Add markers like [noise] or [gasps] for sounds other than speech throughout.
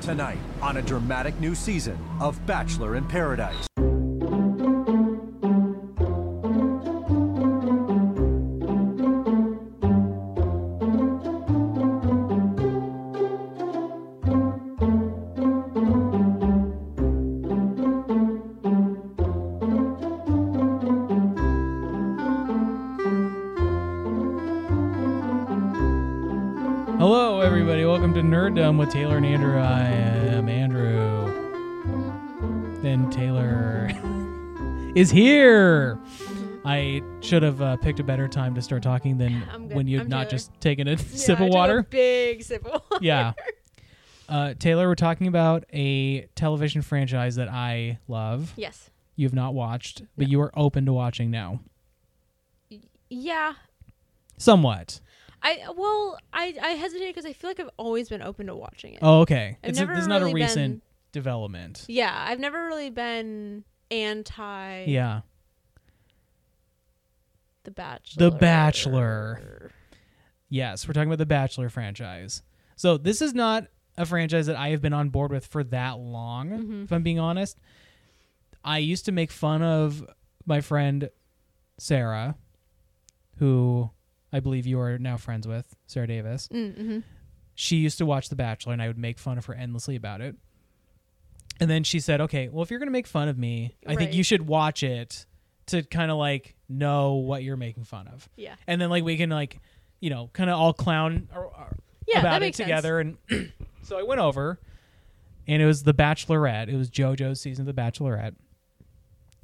tonight on a dramatic new season of Bachelor in Paradise. Hello, everybody. Welcome to Nerddom with Taylor and Andrew. I am Andrew. Then Taylor [laughs] is here. I should have uh, picked a better time to start talking than [laughs] I'm good. when you've I'm not Taylor. just taken a Yeah, sip I of took a water. big sip of water. [laughs] Yeah. Uh, Taylor, we're talking about a television franchise that I love. [laughs] Yes. You have not watched, but you are open to watching now. Yeah. Somewhat. I well, I I hesitate because I feel like I've always been open to watching it. Oh, okay. I've it's a, never this is not a really been- recent development. Yeah, I've never really been anti Yeah. The Bachelor. Bachelor. Yes, we're talking about the Bachelor franchise. So this is not a franchise that I have been on board with for that long, Mm-hmm. if I'm being honest. I used to make fun of my friend Sarah, who I believe you are now friends with, Sarah Davis. Mm-hmm. She used to watch The Bachelor, and I would make fun of her endlessly about it. And then she said, "Okay, well, if you're going to make fun of me, I think Right. you should watch it to kind of like know what you're making fun of." Yeah. and then like we can like you know kind of all clown ar- ar- Yeah, about that it makes sense. together and [clears throat] so i went over and it was the bachelorette it was jojo's season of the bachelorette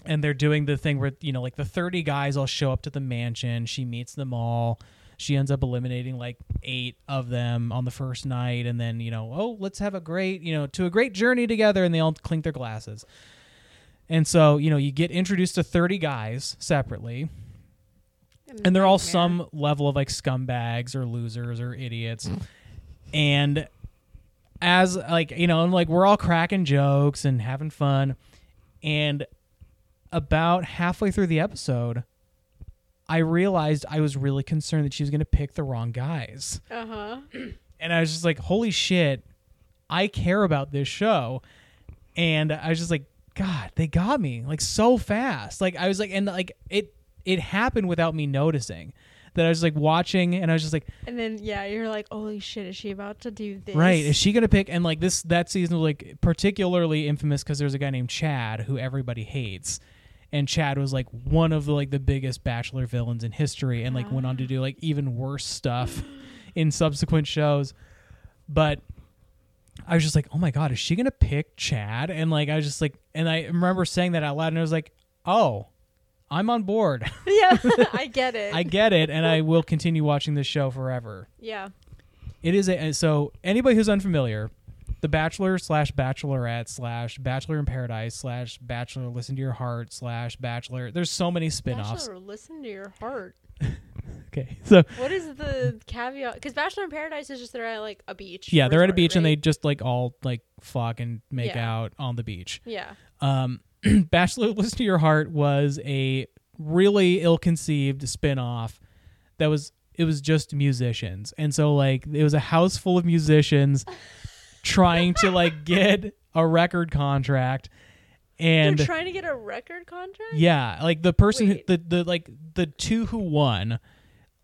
and they're doing the thing where you know like the 30 guys all show up to the mansion she meets them all she ends up eliminating like eight of them on the first night and then you know oh let's have a great you know to a great journey together and they all clink their glasses and so you know you get introduced to 30 guys separately and they're all some level of like scumbags or losers or idiots and as like you know and like we're all cracking jokes and having fun and about halfway through the episode i realized i was really concerned that she was going to pick the wrong guys Uh huh. and i was just like holy shit i care about this show and i was just like god they got me like so fast like i was like and like it it happened without me noticing that i was like watching and i was just like And then yeah, you're like, holy shit, is she about to do this? right [laughs] is she gonna pick and like this that season was like particularly infamous because there's a guy named chad who everybody hates and chad was like one of the like the biggest bachelor villains in history and like went on to do like even worse stuff in subsequent shows but i was just like oh my god is she gonna pick chad and like i was just like and i remember saying that out loud and i was like oh i'm on board yeah, [laughs] I get it. i get it and i will continue watching this show forever yeah. it is a so anybody who's unfamiliar, the Bachelor slash Bachelorette slash Bachelor in Paradise slash Bachelor Listen to Your Heart slash Bachelor. There's so many spin-offs. Bachelor, listen to your heart. Okay, so What is the caveat? Because Bachelor in Paradise is just they're at like a beach. yeah, they're at a resort, beach and they right? just like all like fuck and make Yeah. out on the beach. [clears throat] Yeah. Um, Bachelor Listen to Your Heart was a really ill-conceived spin-off that was it was just musicians. And so like it was a house full of [laughs] musicians trying to like get a record contract and they're trying to get a record contract. yeah, like the person who, Wait. the the like the two who won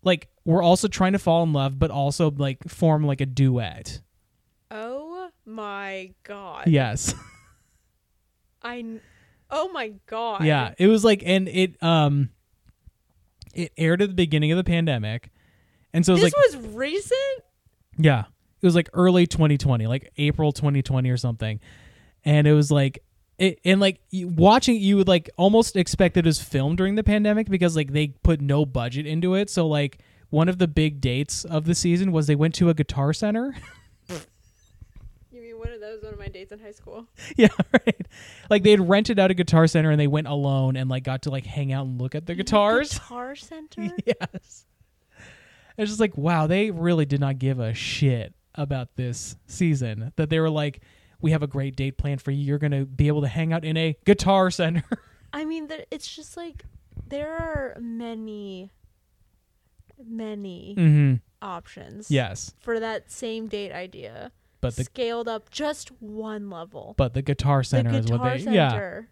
like were also trying to fall in love but also like form like a duet. Oh my god. Yes. [laughs] I. kn- Oh my god. Yeah, it was like, and it um, it aired at the beginning of the pandemic, and so it was This like, was recent. yeah, it was like early 2020, like April 2020 or something, and it was like. It, and like you- watching it, you would like almost expect it was filmed during the pandemic because like they put no budget into it so like one of the big dates of the season was they went to a guitar center [laughs] You mean one of those? One of my dates in high school. yeah right like they had rented out a guitar center and they went alone and like got to like hang out and look at the guitars [laughs] Guitar Center. yes. It's just like, wow, they really did not give a shit about this season. That they were like, we have a great date planned for you. You're going to be able to hang out in a guitar center. [laughs] I mean, there, it's just like there are many, many mm-hmm. options. Yes. For that same date idea. but the scaled up just one level. but the guitar center the is what guitar they yeah center.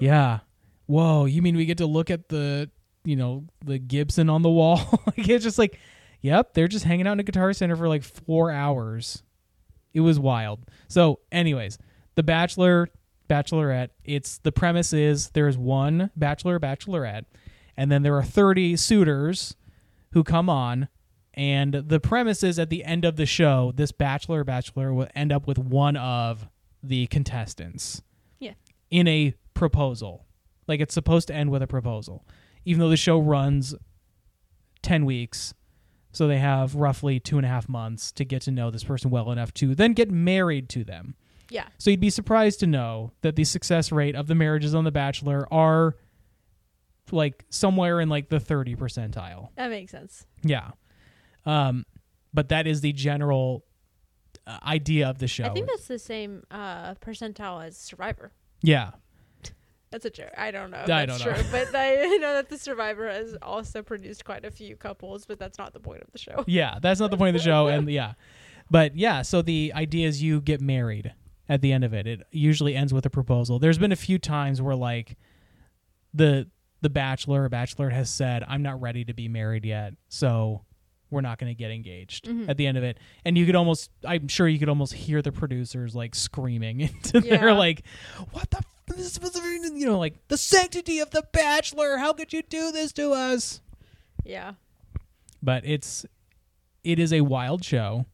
yeah. Whoa, you mean we get to look at the you know the Gibson on the wall? [laughs] like it's just like, yep, they're just hanging out in a guitar center for like four hours. It was wild. So, anyways, the Bachelor, Bachelorette. It's the premise is there is one Bachelor, Bachelorette, and then there are thirty suitors who come on. And the premise is at the end of the show, this bachelor or bachelor will end up with one of the contestants Yeah. in a proposal. Like it's supposed to end with a proposal, even though the show runs 10 weeks. So they have roughly two and a half months to get to know this person well enough to then get married to them. Yeah. So you'd be surprised to know that the success rate of the marriages on The Bachelor are like somewhere in like the 30 percentile. That makes sense. Yeah. Um, but that is the general uh, idea of the show. I think that's the same uh, percentile as Survivor. yeah. That's a joke. I don't know. If I that's don't know. True. But [laughs] I know that the Survivor has also produced quite a few couples, but that's not the point of [laughs] the show. Yeah, that's not the point of the show, and yeah, but yeah. So the idea is you get married at the end of it. It usually ends with a proposal. There's been a few times where like the the bachelor or bachelorette has said, "I'm not ready to be married yet," so we're not going to get engaged Mm-hmm. at the end of it. And you could almost, I'm sure you could almost hear the producers like screaming [laughs] into their Yeah. like, "What the." F- this was, you know, like the sanctity of the bachelor. How could you do this to us? Yeah. but it's it is a wild show.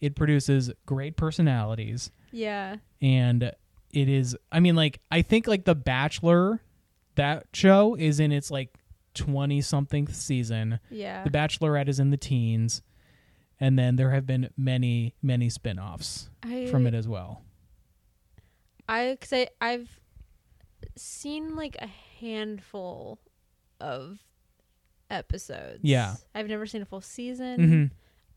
It produces great personalities Yeah. and it is I mean like I think like The Bachelor that show is in its like 20 something season. Yeah. The Bachelorette is in the teens and then there have been many many spin-offs I, from it as well. I cause I I've seen like a handful of episodes. Yeah. I've never seen a full season. Mhm.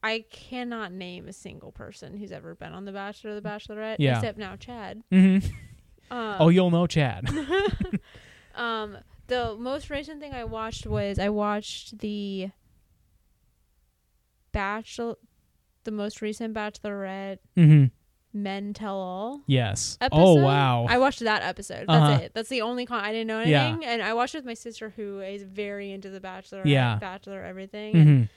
I cannot name a single person who's ever been on The Bachelor or The Bachelorette, Mm. Yeah. except now Chad. Mhm. Um, oh, you'll know [laughs] Chad. Um, the most recent thing I watched was I watched the Bachelor, the most recent Bachelorette mhm. Men Tell All. Yes. Episode. Oh, wow. I watched that episode. That's Uh-huh. it. That's the only con. I didn't know Yeah. anything, and I watched it with my sister who is very into the Bachelor. Yeah. Bachelor everything. And Mhm.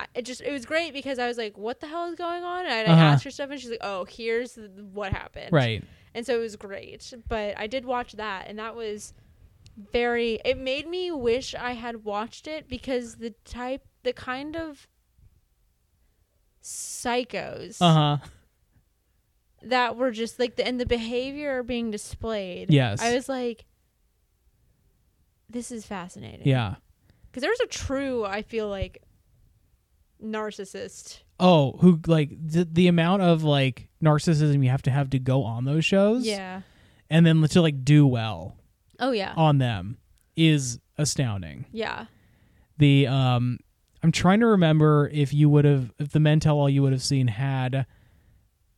I, it just it was great because I was like, "What the hell is going on?" And I Uh-huh. asked her stuff, and she's like, "Oh, here's th- what happened." Right. and so it was great but i did watch that and that was very it made me wish i had watched it because the type the kind of psychos Uh-huh. that were just like the and the behavior being displayed Yes. i was like this is fascinating Yeah. because there's a true i feel like narcissist Oh, who like the, the amount of like narcissism you have to have to go on those shows, yeah and then to like do well oh yeah on them is astounding. yeah The um, I'm trying to remember if you would have if the men tell all you would have seen had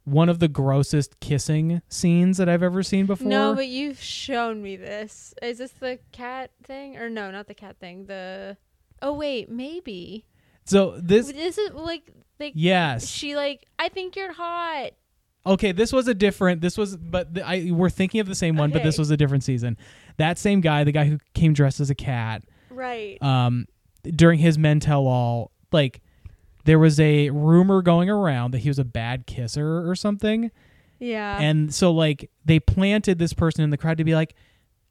one of the grossest kissing scenes that I've ever seen before. No, but you've shown me this. Is this the cat thing? Or no, not the cat thing. The oh wait, maybe so this, this is like like yes, she like I think you're hot. Okay, this was a different. This was, but the, I we're thinking of the same one, but this Okay. was a different season. That same guy, the guy who came dressed as a cat, Right. um, during his men tell all, like there was a rumor going around that he was a bad kisser or something, yeah. and so like they planted this person in the crowd to be like,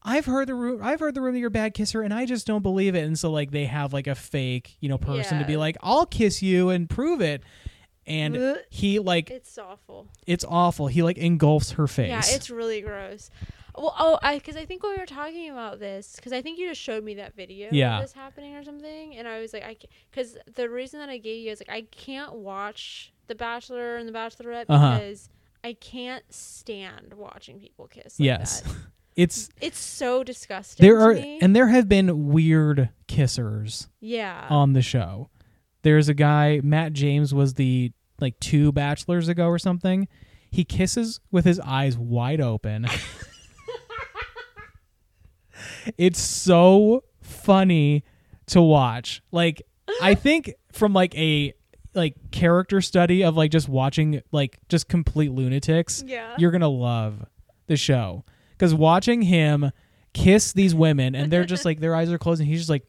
"I've heard the rumor, I've heard the rumor you're a bad kisser, and I just don't believe it." And so like they have like a fake, you know, person to be Yeah. like, "I'll kiss you and prove it," and Ugh. he like it's awful. it's awful. He like engulfs her face. Yeah, it's really gross. Well, oh, I because I think when we were talking about this, because I think you just showed me that video Yeah. of this happening or something, and I was like, I because the reason that I gave you is like I can't watch The Bachelor and The Bachelorette Uh-huh. because I can't stand watching people kiss. Like yes, that. [laughs] it's it's so disgusting. there to are me. and there have been weird kissers yeah, on the show. There's a guy Matt James was the like two bachelors ago or something. He kisses with his eyes wide open. it's so funny to watch. Like I think from like a like character study of like just watching like just complete lunatics, Yeah. you're gonna love the show because watching him kiss these women and they're just like their eyes are closed and he's just like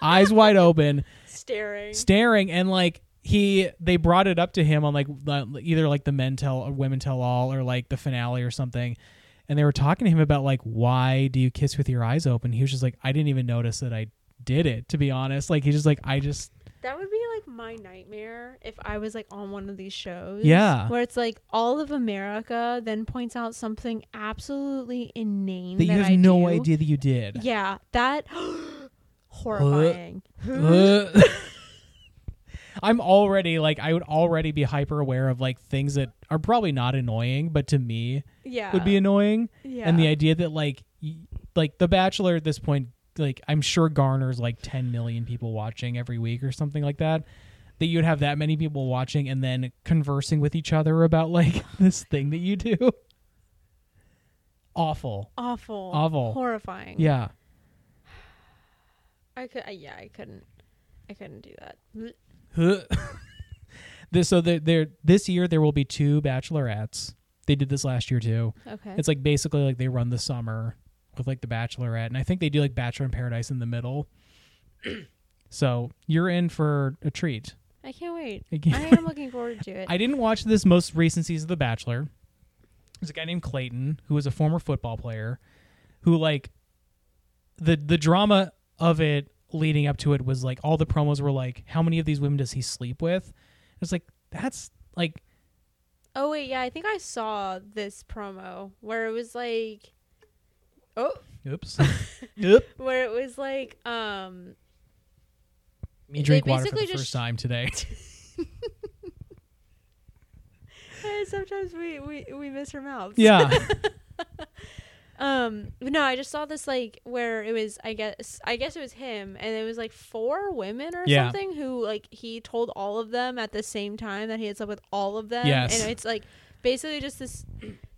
eyes wide open staring. staring and like he they brought it up to him on like the- either like the men tell or women tell all or like the finale or something and they were talking to him about like why do you kiss with your eyes open he was just like i didn't even notice that i did it to be honest like he's just like i just That would be like my nightmare if I was like on one of these shows. Yeah. Where it's like all of America then points out something absolutely inane that that, you have I no do. idea that you did Yeah, that [gasps] horrifying. Uh, [laughs] i'm already like i would already be hyper aware of like things that are probably not annoying but to me yeah. would be annoying yeah. and the idea that like y- like the bachelor at this point like i'm sure garners like 10 million people watching every week or something like that that you'd have that many people watching and then conversing with each other about like [laughs] this thing that you do awful awful. Awful. Horrifying. yeah [laughs] I could I, yeah, I couldn't I couldn't do that. Blech. Huh. this so there, there this year there will be two bachelorettes they did this last year too Okay. it's like basically like they run the summer with like the bachelorette and i think they do like bachelor in paradise in the middle [clears throat] so you're in for a treat I can't wait. I can't- [laughs] I am looking forward to it. i didn't watch this most recent season of the bachelor there's a guy named clayton who was a former football player who like the the drama of it leading up to it was like all the promos were like how many of these women does he sleep with it's like that's like Oh wait, yeah, I think I saw this promo where it was like Oh, [laughs] oops Oop. where it was like um me drink They water for the basically first just- time [laughs] today Eh, Sometimes we, we, we miss her mouth. yeah Um. but No, I just saw this like where it was. I guess I guess it was him, and it was like four women or Yeah. something who like he told all of them at the same time that he had slept with all of them. Yes. And it's like basically just this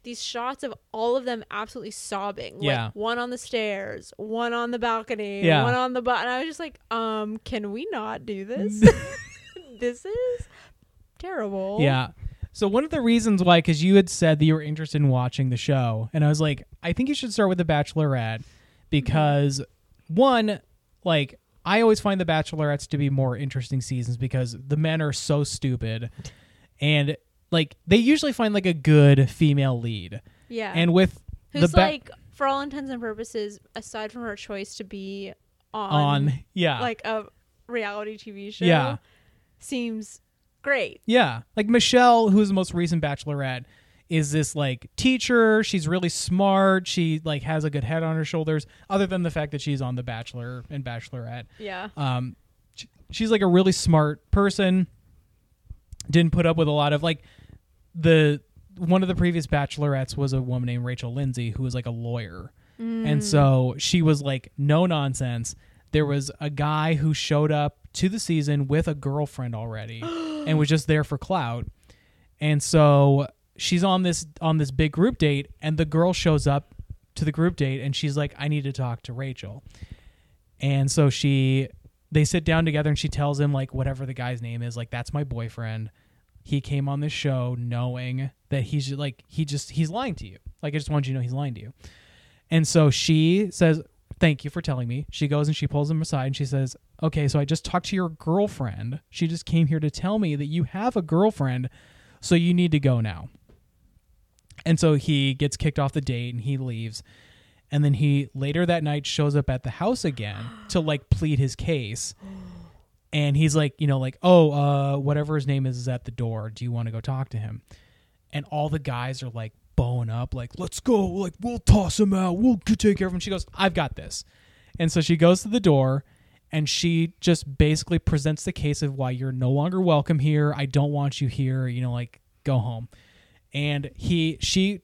these shots of all of them absolutely sobbing. Yeah. Like one on the stairs, one on the balcony, Yeah. one on the bu- and I was just like, um, can we not do this? [laughs] this is terrible. Mm-hmm. Yeah. So one of the reasons why, because you had said that you were interested in watching the show, and I was like, I think you should start with The Mm-hmm. Bachelorette because one, like, I always find The Bachelorettes to be more interesting seasons because the men are so stupid, and like they usually find like a good female lead, Yeah. and with Who's the ba- like, for all intents and purposes, aside from her choice to be on, on yeah like a reality TV show, Yeah. seems great. Yeah. Like Michelle, who's the most recent bachelorette, is this like teacher. She's really smart. She like has a good head on her shoulders, other than the fact that she's on The Bachelor and Bachelorette. Yeah. Um, sh- she's like a really smart person. Didn't put up with a lot of like the one of the previous bachelorettes was a woman named Rachel Lindsay who was like a lawyer. And so she was like no nonsense. There was a guy who showed up to the season with a girlfriend already and was just there for clout. And so she's on this on this big group date and the girl shows up to the group date and she's like I need to talk to Rachel. And so she they sit down together and she tells him like whatever the guy's name is, like that's my boyfriend. He came on this show knowing that he's just, like he just he's lying to you. Like I just want you to know he's lying to you. And so she says, "Thank you for telling me." She goes and she pulls him aside and she says, "Okay, so I just talked to your girlfriend. She just came here to tell me that you have a girlfriend, so you need to go now." And so he gets kicked off the date and he leaves. And then he later that night shows up at the house again to like plead his case. And he's like, you know, like, oh, uh, whatever his name is is at the door. Do you want to go talk to him? And all the guys are like bowing up, like, let's go, like, we'll toss him out, we'll c- take care of him. She goes, I've got this. And so she goes to the door and she just basically presents the case of why you're no longer welcome here. I don't want you here, you know, like, go home. And he, she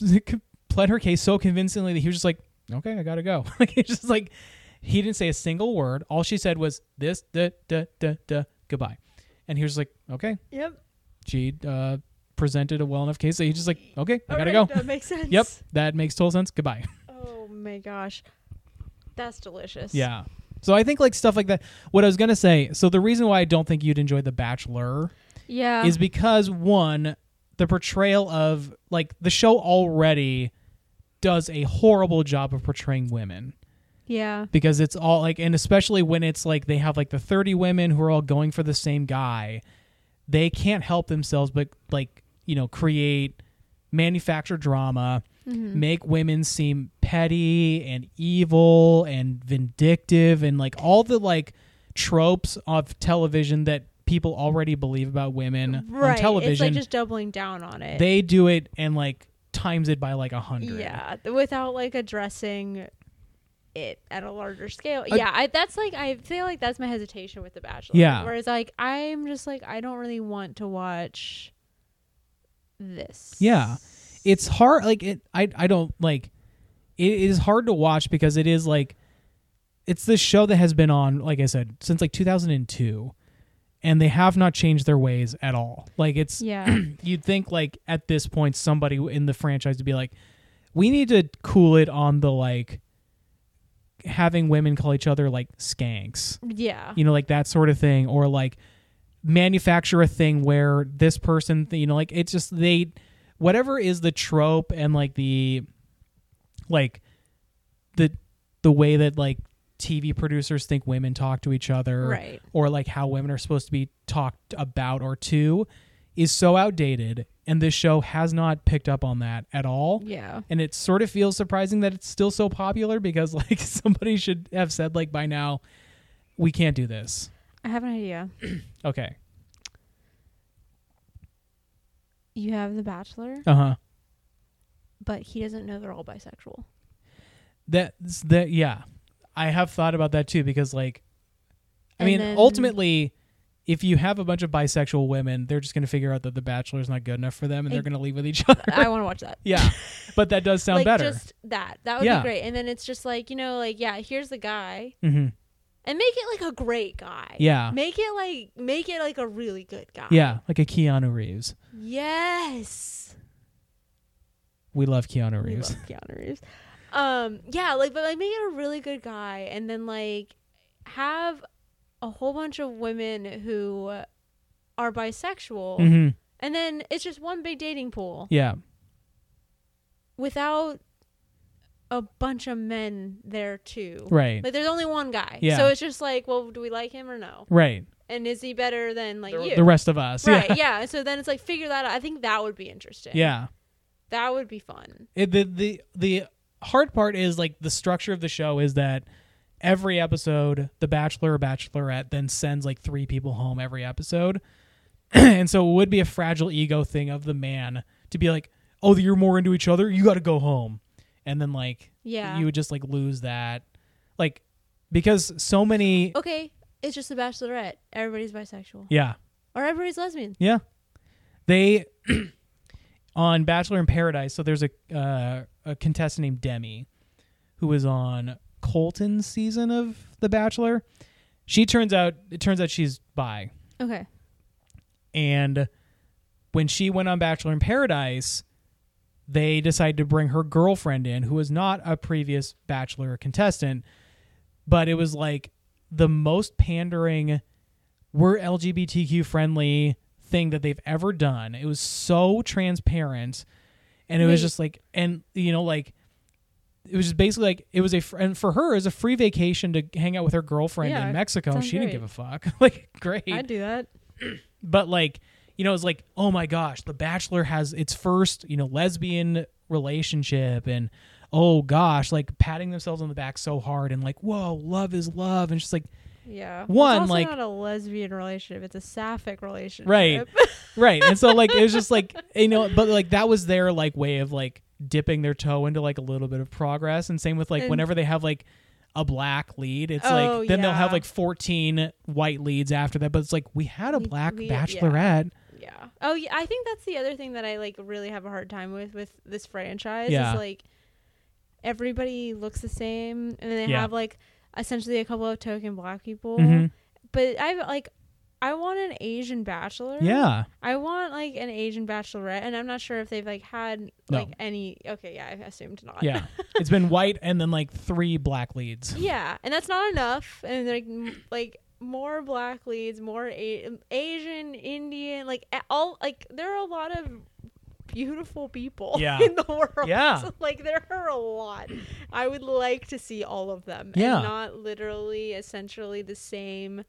[laughs] pled her case so convincingly that he was just like, okay, I gotta go. [laughs] like it's just like he didn't say a single word. All she said was this, da, da, da, da, goodbye. And he was like, okay. Yep. She uh, presented a well enough case that he's just like, okay, I gotta Alright, go. That makes sense. Yep, that makes total sense. Goodbye. Oh my gosh, that's [laughs] delicious. yeah. So I think like stuff like that. What I was gonna say. So the reason why I don't think you'd enjoy The Bachelor Yeah. is because one, the portrayal of like the show already does a horrible job of portraying women yeah. because it's all like and especially when it's like they have like the 30 women who are all going for the same guy they can't help themselves but like you know create manufacture drama Mm-hmm. make women seem petty and evil and vindictive and like all the like tropes of television that people already believe about women Right. on television It's like just doubling down on it. they do it and like times it by like a hundred yeah. th- Without like addressing it at a larger scale. Uh, yeah. I, that's like, I feel like that's my hesitation with The Bachelor. Yeah. Whereas like, I'm just like, I don't really want to watch this. Yeah. It's hard like it I I don't like it is hard to watch because it is like it's this show that has been on like I said since like 2002 and they have not changed their ways at all. Like it's [clears throat] Yeah. [coughs] you'd think like at this point somebody in the franchise would be like we need to cool it on the like having women call each other like skanks yeah. you know, like that sort of thing, or like manufacture a thing where this person, you know, like it's just they, whatever is the trope and like the, like, the the way that like TV producers think women talk to each other, Right. or like how women are supposed to be talked about or to, is so outdated, and this show has not picked up on that at all Yeah. and it sort of feels surprising that it's still so popular because [laughs] like somebody should have said like by now we can't do this I have an idea. okay You have The Bachelor, uh-huh but he doesn't know they're all bisexual. that's that yeah i have thought about that too because like i And mean then- ultimately if you have a bunch of bisexual women they're just going to figure out that the bachelor is not good enough for them and they're Ex- going to leave with each [laughs] other [laughs] [laughs] I want to watch that. yeah but that does sound like better just that. That would Yeah. be great. And then it's just like, you know, like yeah, here's the guy. hmm And make it like a great guy. Yeah. Make it like make it like a really good guy. yeah like a keanu reeves Yes. we love keanu We reeves love Keanu Reeves. Um yeah, like but like make it a really good guy and then like have a whole bunch of women who are bisexual hmm and then it's just one big dating pool yeah without a bunch of men there too. right Like there's only one guy. Yeah. So it's just like, well, do we like him or no? right And is he better than like you? the rest of us right, [laughs] yeah yeah. So then it's like figure that out. I think that would be interesting. yeah That would be fun. it, the the the hard part is like the structure of the show is that every episode the bachelor or bachelorette then sends like three people home every episode [clears throat] and so it would be a fragile ego thing of the man to be like oh you're more into each other you got to go home and then like Yeah. you would just like lose that like because so many Okay. It's just the bachelorette. Everybody's bisexual. yeah Or everybody's lesbian. Yeah. They [clears throat] on Bachelor in Paradise, so there's a uh, a contestant named Demi who was on Colton's season of The Bachelor. She turns out it turns out she's bi. Okay. And when she went on Bachelor in Paradise, they decided to bring her girlfriend in, who was not a previous Bachelor contestant, but it was like the most pandering, we're LGBTQ friendly thing that they've ever done. It was so transparent. And it was Wait. just like, and, you know, like, it was just basically like it was a fr- and for her it was a free vacation to hang out with her girlfriend Yeah, in Mexico. sounds She didn't great. give a fuck. [laughs] like great do that. but like you know it's like oh my gosh the bachelor has its first you know lesbian relationship and oh gosh like patting themselves on the back so hard and like whoa love is love and just like Yeah. One, it's also like- not a lesbian relationship. It's a sapphic relationship. [laughs] Right. right and so like it was just like you know but like that was their like way of like dipping their toe into like a little bit of progress and same with like And- whenever they have like a black lead it's Oh, like then they'll have yeah. like 14 white leads after that but it's like we had a We- black we- yeah. bachelorette Yeah. Oh, yeah. I think that's the other thing that I like really have a hard time with with this franchise. Yeah. Is like everybody looks the same, and they Yeah. have like essentially a couple of token black people. Mhm. But I've like I want an Asian bachelor. Yeah. I want like an Asian bachelorette, and I'm not sure if they've like had No. like any. Okay, yeah, I assumed not. Yeah. it's been white and then like three black leads. [laughs] yeah, and that's not enough. And like m- like more black leads, more a- um, Asian, Indian, like a- all like there are a lot of beautiful people Yeah. [laughs] in the world. Yeah. [laughs] like there are a lot. I would like to see all of them. Yeah. and not literally essentially the same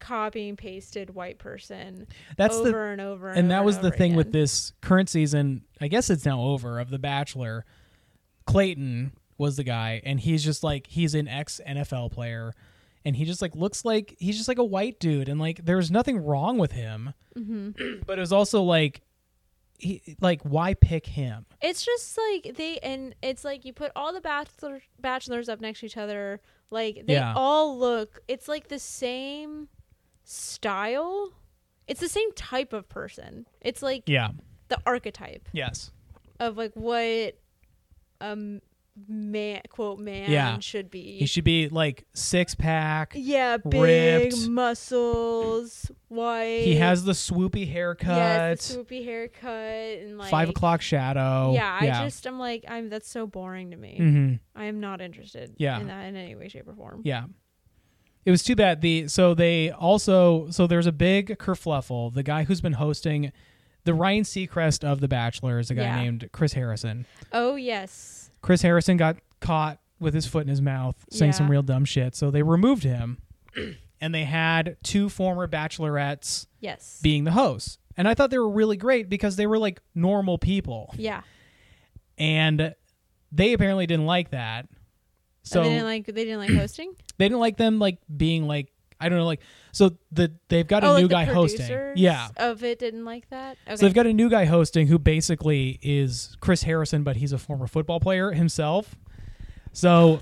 copy and pasted white person That's over the and over and, and that over was the over thing with again. this current season. I guess it's now over of The Bachelor. Clayton was the guy, and he's just like he's an ex NFL player, and he just like looks like he's just like a white dude, and like there's nothing wrong with him, Mm-hmm. but it was also like, he like why pick him? It's just like they and it's like you put all the bachelor bachelors up next to each other. Like they Yeah. all look. It's like the same style. It's the same type of person. It's like Yeah. the archetype Yes. of like what um man quote man Yeah. should be. He should be like six pack. yeah, big ripped. muscles, white. He has the swoopy haircut. yes, the swoopy haircut and like five o'clock shadow. Yeah, I just I'm like I'm. That's so boring to me. hmm I am not interested Yeah. in that in any way, shape, or form. Yeah. It was too bad. The so they also so there's a big kerfluffle. The guy who's been hosting the Ryan Seacrest of The Bachelor is a guy Yeah. named Chris Harrison. Oh yes. Chris Harrison got caught with his foot in his mouth saying some Yeah. real dumb shit. So they removed him [clears throat] and they had two former bachelorettes Yes. being the hosts. And I thought they were really great because they were like normal people. yeah. And they apparently didn't like that. So So they didn't like they didn't [clears throat] like hosting. they didn't like them like being like I don't know like so the they've got a oh, new like guy the hosting. producers Yeah. Of it didn't like that. Okay. So they've got a new guy hosting who basically is Chris Harrison but he's a former football player himself. So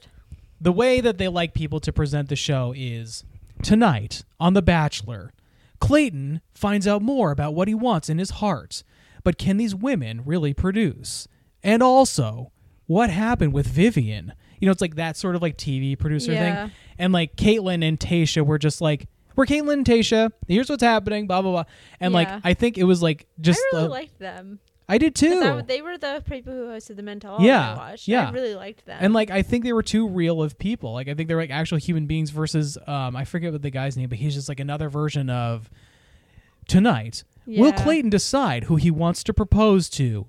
the way that they like people to present the show is tonight on The Bachelor, Clayton finds out more about what he wants in his heart, but can these women really produce? And also, what happened with Vivian? You know, it's like that sort of like TV producer Yeah. thing. And like Caitlyn and Tasha were just like, we're Caitlyn and Tasha. Here's what's happening, blah, blah, blah. And Yeah. like, I think it was like I just, really the- liked them. I did too. That, they were the people who hosted the mental. Yeah, I watched. yeah. I really liked them. And like I think they were too real of people. Like I think they're like actual human beings versus um I forget what the guy's name, but he's just like another version of tonight. Will Yeah. Clayton decide who he wants to propose to?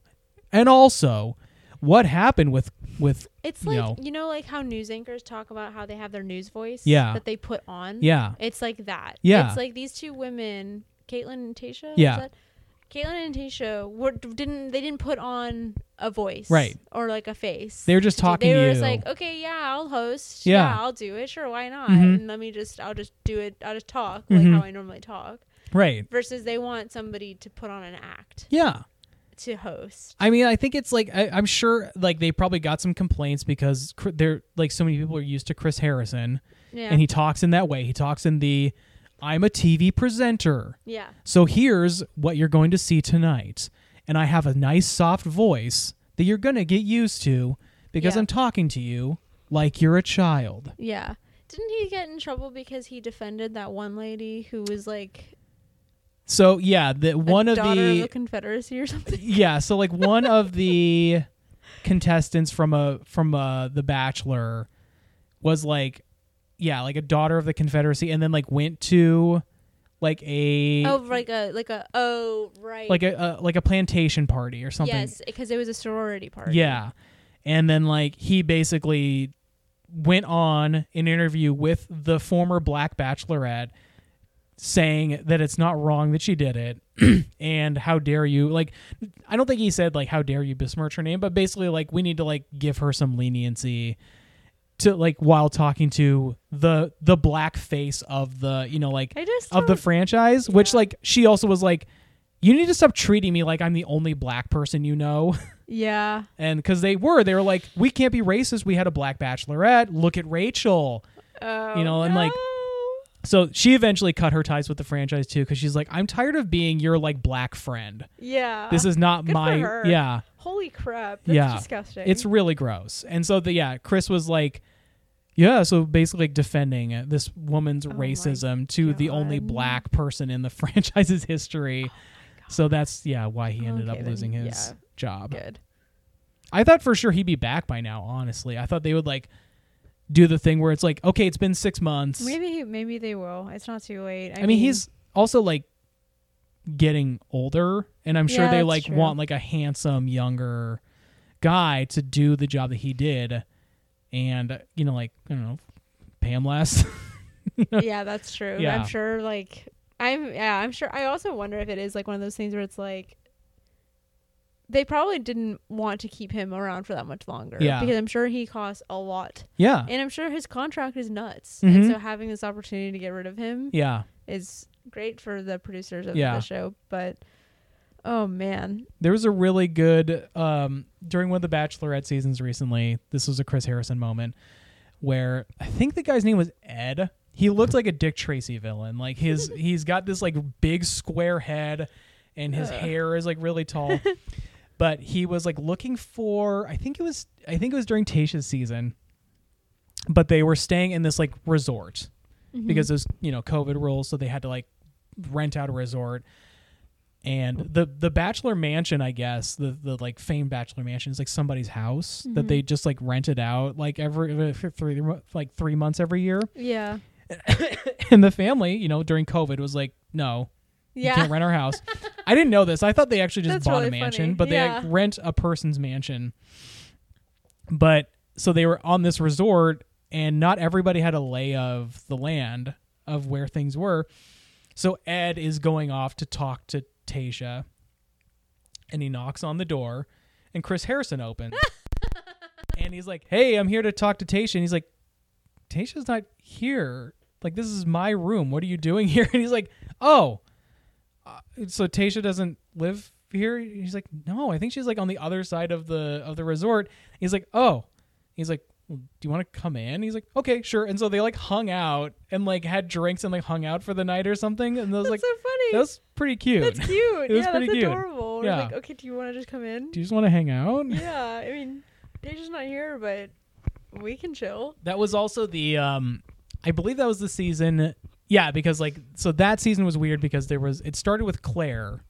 And also, what happened with with it's you like know. you know like how news anchors talk about how they have their news voice. Yeah. That they put on. yeah. It's like that. Yeah. It's like these two women, Caitlyn and Tasha. is Yeah. that- Caitlyn and Tasha were didn't they didn't put on a voice, Right. or like a face. They were just talking They to were you. just like, okay, yeah, I'll host. Yeah. Yeah, I'll do it. Sure, why not? Mhm. And let me just, I'll just do it. I'll just talk like Mhm. how I normally talk. right. Versus they want somebody to put on an act Yeah. to host. I mean, I think it's like I, I'm sure like they probably got some complaints because Cr- they're like so many people are used to Chris Harrison Yeah. and he talks in that way. He talks in the I'm a TV presenter. yeah. So here's what you're going to see tonight. And I have a nice soft voice that you're going to get used to because Yeah. I'm talking to you like you're a child. Yeah. Didn't he get in trouble because he defended that one lady who was like So yeah, the a one of daughter of the the Confederacy or something? yeah, so like one of [laughs] the contestants from a from uh The Bachelor was like yeah, like a daughter of the Confederacy and then like went to like a Oh, like a like a oh right. like a, a like a plantation party or something. yes, because it was a sorority party. Yeah. And then like he basically went on an interview with the former black bachelorette saying that it's not wrong that she did it [clears throat] and how dare you like I don't think he said like how dare you besmirch her name but basically like we need to like give her some leniency to like while talking to the the black face of the you know like I just of the don't- franchise which Yeah. like she also was like you need to stop treating me like I'm the only black person you know [laughs] yeah. and because they were, they were like, we can't be racist. We had a black bachelorette. Look at Rachel. Oh, You know, and, like, no. So she eventually cut her ties with the franchise too, because she's like, I'm tired of being your like black friend. yeah. This is not Good for my her. yeah. holy crap. That's Yeah. disgusting. It's really gross. And so the yeah, Chris was like, Yeah, so basically like, defending uh, this woman's Oh my racism to the only God. Oh black person in the [laughs] franchise's history. so that's yeah why he ended Okay, up then, losing his yeah. job. Good. I thought for sure he'd be back by now. Honestly, I thought they would like do the thing where it's like, okay, it's been six months. Maybe maybe they will. It's not too late. I, I, mean, he's also like getting older, and I'm sure Yeah, they that's like true. want like a handsome younger guy to do the job that he did, and you know, like I don't know, pay him less. yeah, that's true. Yeah. I'm sure like I'm yeah, I'm sure I also wonder if it is like one of those things where it's like they probably didn't want to keep him around for that much longer Yeah. because I'm sure he costs a lot. [laughs] yeah, And I'm sure his contract is nuts. Mhm. And so having this opportunity to get rid of him yeah. is great for the producers of Yeah. the show, but oh man. There was a really good um, during one of the Bachelorette seasons recently. This was a Chris Harrison moment where I think the guy's name was Ed. He looked like a Dick Tracy villain. Like his he's got this like big square head, and his Ugh. hair is like really tall. but he was like looking for I think it was I think it was during Tasha's season. But they were staying in this like resort because there's you know COVID rules, so they had to like rent out a resort. And the the bachelor mansion, I guess the the like famed bachelor mansion is like somebody's house that they just like rented out like every for three like three months every year. [laughs] Yeah. And the family, you know, during COVID was like, no, you Yeah. can't [laughs] rent our house. I didn't know this. I thought they actually just That's bought a really mansion, funny. but they like, Yeah. rent a person's mansion. But so they were on this resort, and not everybody had a lay of the land of where things were. So Ed is going off to talk to Tasha, and he knocks on the door, and Chris Harrison opens, and he's like, "Hey, I'm here to talk to Tasha," and he's like, "Tasha's not here. Like, this is my room. What are you doing [laughs] here?" And he's like, "Oh." so Tasha doesn't live here. He's like, no, I think she's like on the other side of the of the resort. He's like, oh, he's like, well, do you want to come in? He's like, okay, sure. And so they like hung out and like had drinks and like hung out for the night or something. And I was That's like, so funny. that was pretty cute. [laughs] that's cute. It was yeah, pretty that's cute. adorable. Yeah. Yeah. Like, okay, do you want to just [laughs] come in? do you just want to hang out? yeah, I mean, they're just not here, but we can chill. That was also the um I believe that was the season yeah, because like so that season was weird because there was it started with Claire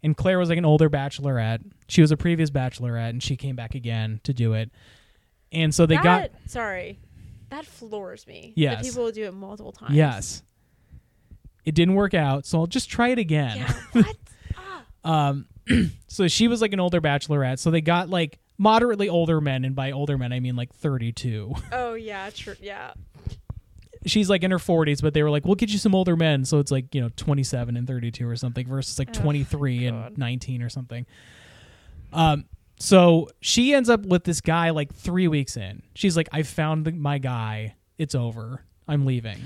and Claire was like an older bachelorette. She was a previous bachelorette and she came back again to do it. And so they that, got sorry, that floors me. Yeah, Yes. that people do it multiple times. yes. It didn't work out, so I'll just try it again. [laughs] Yeah. What? Ah, So she was like an older bachelorette, so they got like moderately older men and by older men I mean like 32. oh yeah, true. Yeah. she's like in her 40s but they were like we'll get you some older men so it's like you know 27 and 32 or something versus like Oh, 23 and God. 19 or something um so she ends up with this guy like three weeks in she's like i found the, my guy it's over i'm leaving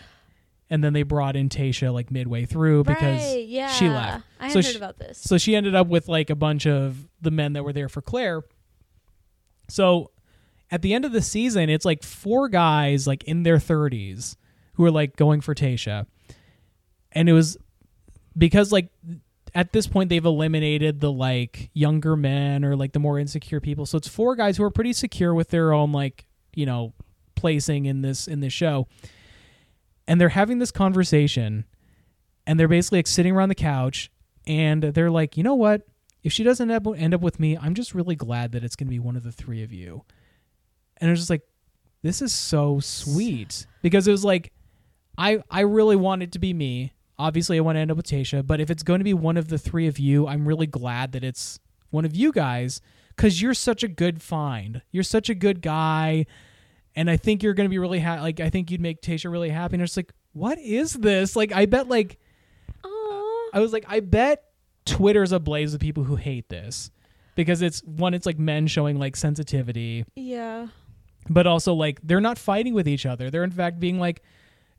and then they brought in tasha like midway through because right. Yeah. she left I had so heard she, about this. so she ended up with like a bunch of the men that were there for Claire. So at the end of the season, it's like four guys like in their 30s who are like going for Tasha. And it was because like at this point they've eliminated the like younger men or like the more insecure people. So it's four guys who are pretty secure with their own like, you know, placing in this in this show. And they're having this conversation and they're basically like sitting around the couch and they're like, you know what? If she doesn't end up, end up with me, I'm just really glad that it's going to be one of the three of you. And I was just like, this is so sweet because it was like, I I really want it to be me. Obviously, I want to end up with Tasha, but if it's going to be one of the three of you, I'm really glad that it's one of you guys because you're such a good find. You're such a good guy, and I think you're going to be really happy. Like, I think you'd make Tasha really happy. And it's like, what is this? Like, I bet like Aw. I was like, I bet Twitter's ablaze with people who hate this because it's one, it's like men showing like sensitivity, yeah. but also like they're not fighting with each other. They're in fact being like,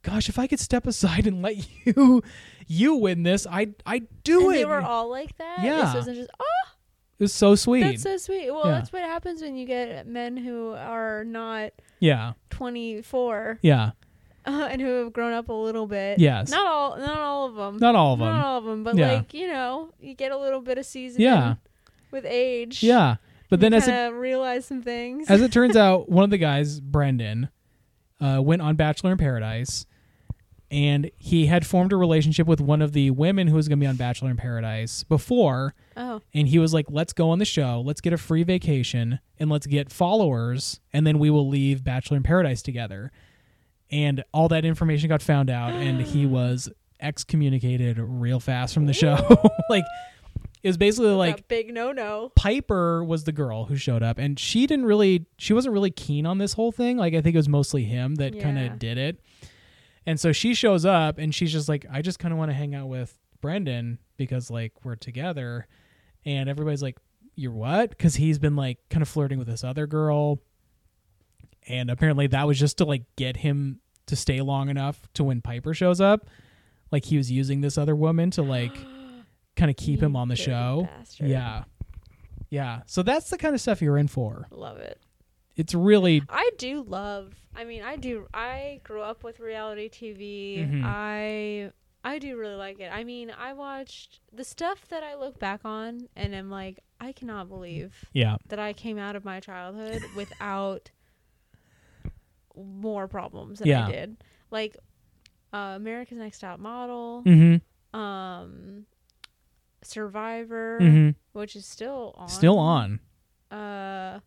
gosh, if I could step aside and let [laughs] you you win this, I I do And it. they were all like that. Yeah. This wasn't just oh, it was so sweet. that's so sweet. Well, Yeah. that's what happens when you get men who are not yeah. 24 Yeah. [laughs] uh, and who have grown up a little bit. Yes. Not all. Not all of them. Not all of them. Not all of them, but Yeah. like you know, you get a little bit of seasoning. Yeah. With age. yeah. But then as it kind of realize some [laughs] things. as it turns out, one of the guys, Brendan, uh, went on Bachelor in Paradise, and he had formed a relationship with one of the women who was going to be on Bachelor in Paradise before, Oh, and he was like, "Let's go on the show. Let's get a free vacation, and let's get followers, and then we will leave Bachelor in Paradise together." And all that information got found out, and he was excommunicated real fast from the show. [laughs] like, it was basically like that big no no. Piper was the girl who showed up, and she didn't really, she wasn't really keen on this whole thing. Like, I think it was mostly him that kind Yeah. of did it. And so she shows up, and she's just like, I just kind of want to hang out with Brendan because, like, we're together. And everybody's like, You're what? Because he's been, like, kind of flirting with this other girl. And apparently that was just to, like, get him to stay long enough to when Piper shows up. Like, he was using this other woman to, [gasps] like, kind of keep him You on the dirty show. bastard. Yeah. Yeah. So that's the kind of stuff you're in for. Love it. It's really I do love. I mean, I do. I grew up with reality TV. Mhm. I I do really like it. I mean, I watched the stuff that I look back on and am like, I cannot believe yeah. that I came out of [laughs] my childhood without more problems than Yeah. I did. Like uh, America's Next Top Model, Mhm. um, Survivor, Mhm. which is still on. Still on. Uh,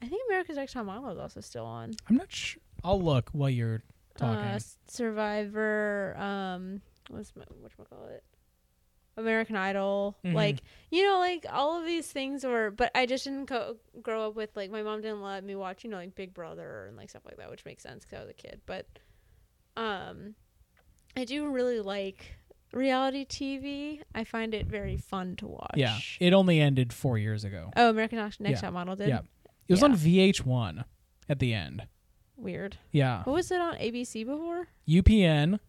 I think America's Next Top Model is also still on. I'm not sure. I'll look while you're talking. Uh, S- Survivor. Um, what's my, what call it? American Idol. Mhm. Like you know, like all of these things were. But I just didn't co- grow up with like my mom didn't let me watch you know like Big Brother and like stuff like that, which makes sense because I was a kid. But um, I do really like reality TV. I find it very fun to watch. yeah. It only ended 4 years ago. oh, American Next Yeah. Next Top Model did. Yeah. It was Yeah. on VH1 at the end. Weird. Yeah. What was it on ABC before? UPN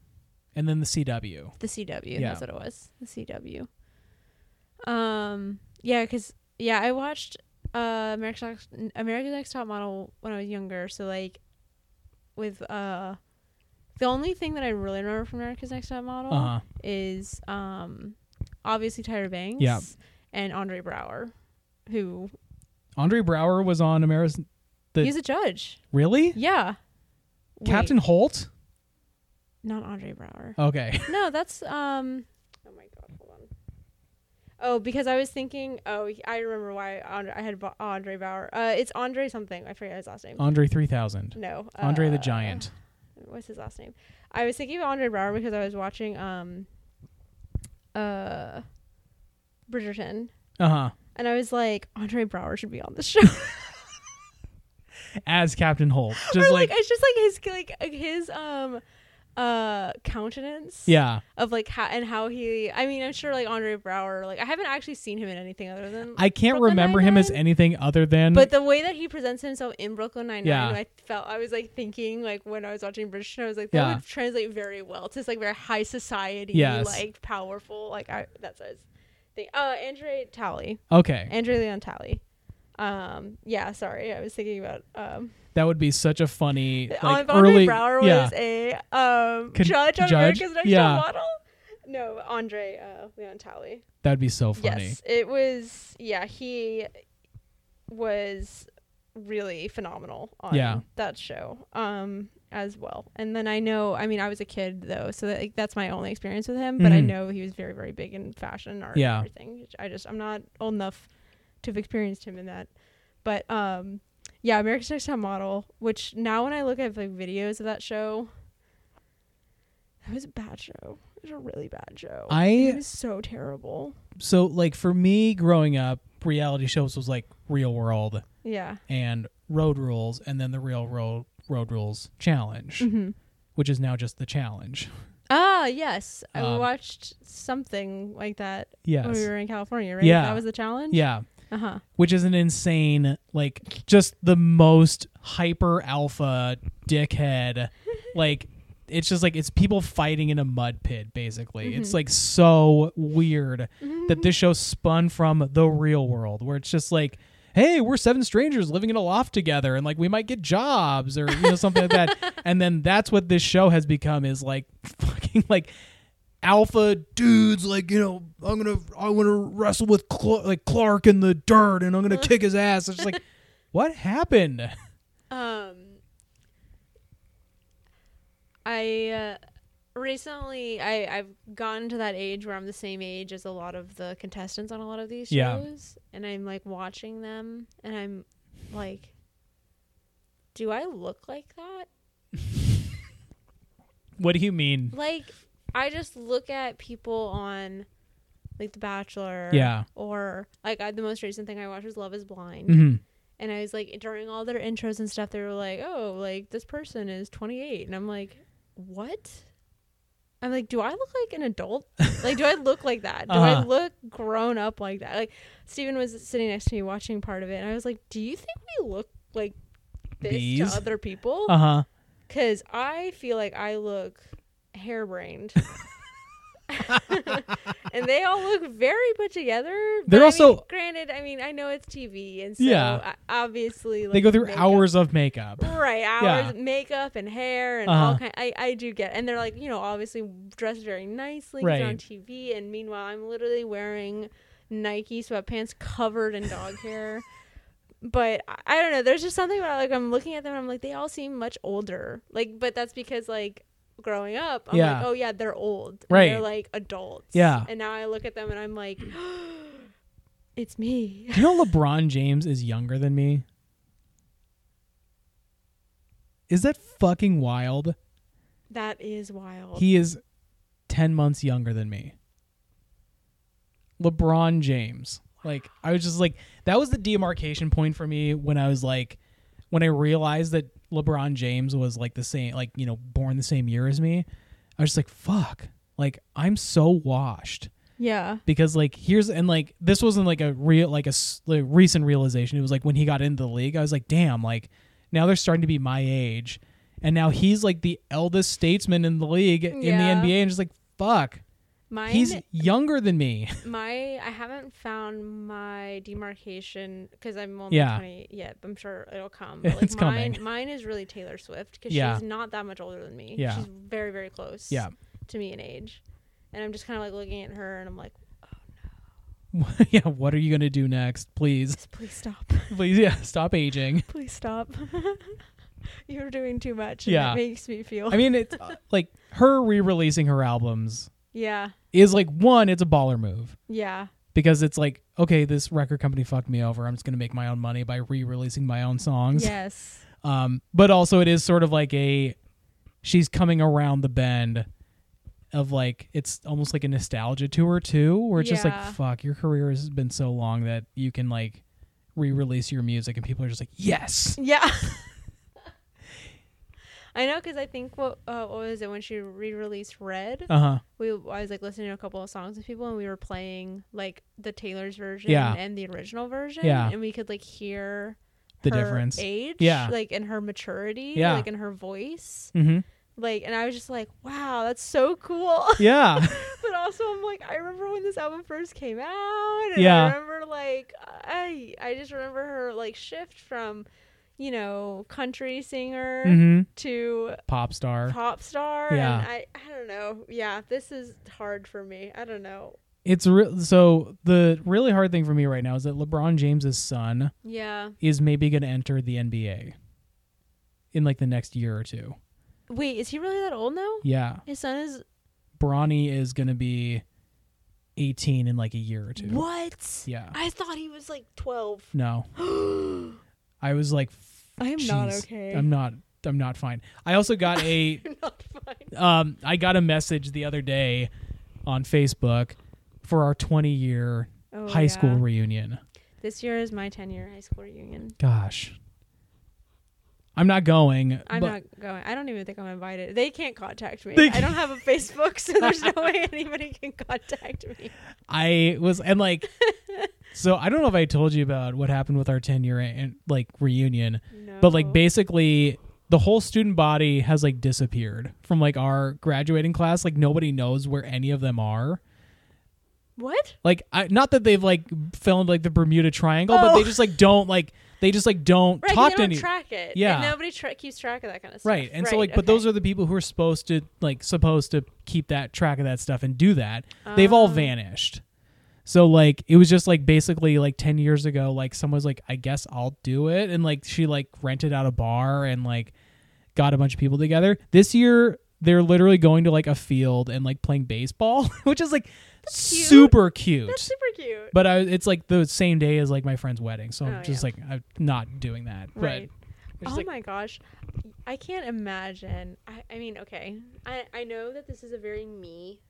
and then the CW. The CW. Yeah. That's what it was. The CW. Um. Yeah. Cause yeah, I watched uh American Next, American Next Top Model when I was younger. So like, with uh, the only thing that I really remember from America's Next Top Model Uh-huh. is um, obviously Tyra Banks. Yeah. And Andre Brower, who Andre Brower was on America's The- he's a judge. Really? Yeah. Wait, Captain Holt? Not Andre Brower. Okay. [laughs] No, that's um. Oh my god, hold on. Oh, because I was thinking. Oh, I remember why Andre, I had Ba- Andre Bauer. Uh, it's Andre something. I forget his last name. Andre 3000. no, uh, Andre the Giant. What's his last name? I was thinking of Andre Bauer because I was watching um. Uh, Bridgerton, Uh-huh. and I was like, Andre Brower should be on this [laughs] show. As Captain [laughs] Holt. Just or like, like, it's just like his like uh, his um, uh, countenance. yeah. of like how and how he I mean I'm sure like Andre Brower like I haven't actually seen him in anything other than I can't Brooklyn remember him as Nine-Nine, anything other than but the way that he presents himself in Brooklyn Nine Nine Yeah. I felt I was like thinking like when I was watching British I was like that Yeah. would translate very well to this, like very high society Yes. like powerful like I that's what I was thinking uh Andre Talley okay. Andre Leon Talley um yeah sorry I was thinking about um That would be such a funny like if Andre early. Brower was yeah, a um, Could- judge on judge? America's Next Yeah. Top Model no Andre uh, Leon Talley that'd be so funny. Yes, it was. Yeah, he was really phenomenal on Yeah. that show um, as well. And then I know, I mean, I was a kid though, so that, like, that's my only experience with him. But I Mhm. know he was very, very big in fashion art Yeah. and everything. which I just, I'm not old enough to have experienced him in that. But um, yeah, America's Next Top Model, which now when I look at like videos of that show, it was a bad show. It was a really bad show. I- it was so terrible. So like for me growing up, reality shows was like Real World Yeah. and Road Rules, and then the Real World Road Rules Challenge, Mm-hmm. which is now just the challenge. Ah, yes. I Um, watched something like that when we Yes. were in California, right? Yeah. That was the challenge? Yeah. Uh huh. Which is an insane, like, just the most hyper alpha dickhead. like, it's just like, it's people fighting in a mud pit, basically. It's like so weird that this show spun from the real world, where it's just like, hey, we're seven strangers living in a loft together and like we might get jobs or, you know, something like that. And then that's what this show has become is like [laughs] fucking like, alpha dudes like you know i'm gonna i'm gonna wrestle with Cl- like clark in the dirt and i'm gonna kick his ass it's just like what happened Um, I uh, recently I I've gotten to that age where I'm the same age as a lot of the contestants on a lot of these shows, Yeah. and I'm like watching them, and I'm like, do I look like that? [laughs] What do you mean? Like, I just look at people on like The Bachelor, Yeah. or like I, the most recent thing I watched was Love Is Blind. hmm And I was like, during all their intros and stuff, they were like, oh, like this person is 28. And I'm like, what? I'm like, do I look like an adult? like, do I look like that? Do I Uh-huh. look grown up like that? Like, Steven was sitting next to me watching part of it. And I was like, do you think we look like this Bees? to other people? Uh huh. Because I feel like I look [laughs] hairbrained. [laughs] and they all look very put together. but They're I also- mean, granted. I mean, I know it's TV, and so Yeah. I- obviously like, They go through makeup- hours of makeup. right? Yeah. Hours, makeup and hair and all Uh-huh. kind. I I do get, and they're like you know obviously dressed very nicely 'cause they're on Right. TV, and meanwhile I'm literally wearing Nike sweatpants covered in [laughs] dog hair. But I- I don't know. There's just something about like I'm looking at them. and I'm like they all seem much older. Like, but that's because like growing up, I'm Yeah. like, oh yeah, they're old. And Right. They're like adults. Yeah. And now I look at them and I'm like, [gasps] it's me. [laughs] Do you know LeBron James is younger than me? Is that fucking wild? That is wild. He is 10 months younger than me. LeBron James. Like, I was just like, that was the demarcation point for me when I was like, when I realized that LeBron James was like the same, like, you know, born the same year as me. I was just like, fuck. Like, I'm so washed yeah. because like here's and like this wasn't like a real like a s- like, recent realization it was like when he got into the league i was like damn like now they're starting to be my age and now he's like the eldest statesman in the league in Yeah. the nba and just like fuck Mine, he's younger than me [laughs] my, I haven't found my demarcation because I'm only Yeah. 20 yet. but I'm sure it'll [laughs] come. But, like, It's mine, coming. Mine is really Taylor Swift because Yeah. she's not that much older than me. Yeah. She's very, very close yeah to me in age. And I'm just kind of like looking at her and I'm like, yeah what are you gonna do next please [laughs] "Just please stop. [laughs] please yeah stop aging Please stop. [laughs] You're doing too much. And Yeah. It makes me feel. i mean it's uh, [laughs] like her re-releasing her albums yeah. is like one it's a baller move [laughs] Yeah. because it's like okay this record company fucked me over i'm just going to make my own money by re-releasing my own songs Yes. um, but also it is sort of like a she's coming around the bend of like it's almost like a nostalgia tour too where it's just Yeah. like fuck your career has been so long that you can like re-release your music and people are just like yes Yeah. [laughs] I know because I think what uh, what was it when she re-released Red? uh-huh We I was like listening to a couple of songs with people and we were playing like the Taylor's version Yeah. and the original version. Yeah. and we could like hear the her difference age, Yeah. like and her maturity, Yeah. like in her voice, mm-hmm. like and I was just like, wow, that's so cool. [laughs] yeah [laughs] but also I'm like, I remember when this album first came out. And Yeah. I remember like I I just remember her like shift from, you know, country singer mm-hmm. to pop star pop star. Yeah. And I, I don't know. Yeah, this is hard for me. I don't know. it's re- so the really hard thing for me right now is that lebron james's son Yeah. is maybe going to enter the NBA in like the next year or two. Wait, is he really that old now? Yeah. His son is Bronny is going to be 18 in like a year or two. what? Yeah. I thought he was like twelve. [laughs] [gasps] No. I'm I was like f- I am not jeez, okay. I'm not I'm not fine. I also got [laughs] a not fine. um I got a message the other day on Facebook for our 20 year Oh, high school yeah. reunion. This year is my ten year high school reunion. Gosh. I'm not going. I'm but- not going. I don't even think I'm invited. They can't contact me. They I don't have a Facebook, so [laughs] there's no way anybody can contact me. I was and [laughs] like so I don't know if I told you about what happened with our 10 year and like reunion No. but like basically the whole student body has like disappeared from like our graduating class like nobody knows where any of them are what? like I, not that they've like fell into like the Bermuda Triangle but Oh. they just like don't like they just like don't Right, 'cause talk they to don't any track it. Yeah. and nobody tra- keeps track of that kind of stuff. right and so like but those are the people who are supposed to like supposed to keep that track of that stuff and do that they've Ah. all vanished so like it was just like basically like 10 years ago like someone was like i guess i'll do it and like she like rented out a bar and like got a bunch of people together this year they're literally going to like a field and like playing baseball, [laughs] which is like super cute. That's super cute. but I, it's like the same day as like my friend's wedding, so I'm Oh, just yeah. like I'm not doing that. Right. But it's Oh just like, my gosh. I can't imagine. I, I mean, okay. I, I know that this is a [laughs] very me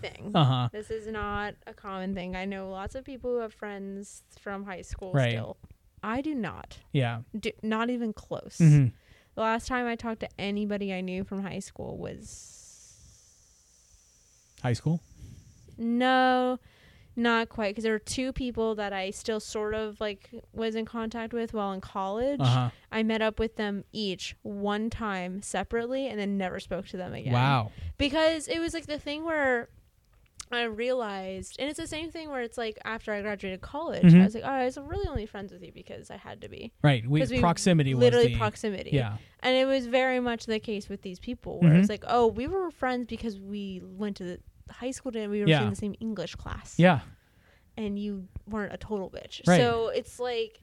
thing. uh huh. This is not a common thing. I know lots of people who have friends from high school Right. still. I do not. Yeah. Do, not even close. Mhm. The last time I talked to anybody I knew from high school was High school. no, not quite because there were two people that I still sort of like was in contact with while in college. Uh huh. I met up with them each one time separately and then never spoke to them again. Wow. Because it was like the thing where I realized, and it's the same thing where it's like after I graduated college, Mhm. I was like, oh, I was really only friends with you because I had to be. Right. We 'Cause we proximity was Literally the- proximity. Yeah. Mm-hmm. And it was very much the case with these people where it's like, oh, we were friends because we went to the high school together and we were Yeah. in the same English class Yeah. and you weren't a total bitch. Right. So it's like,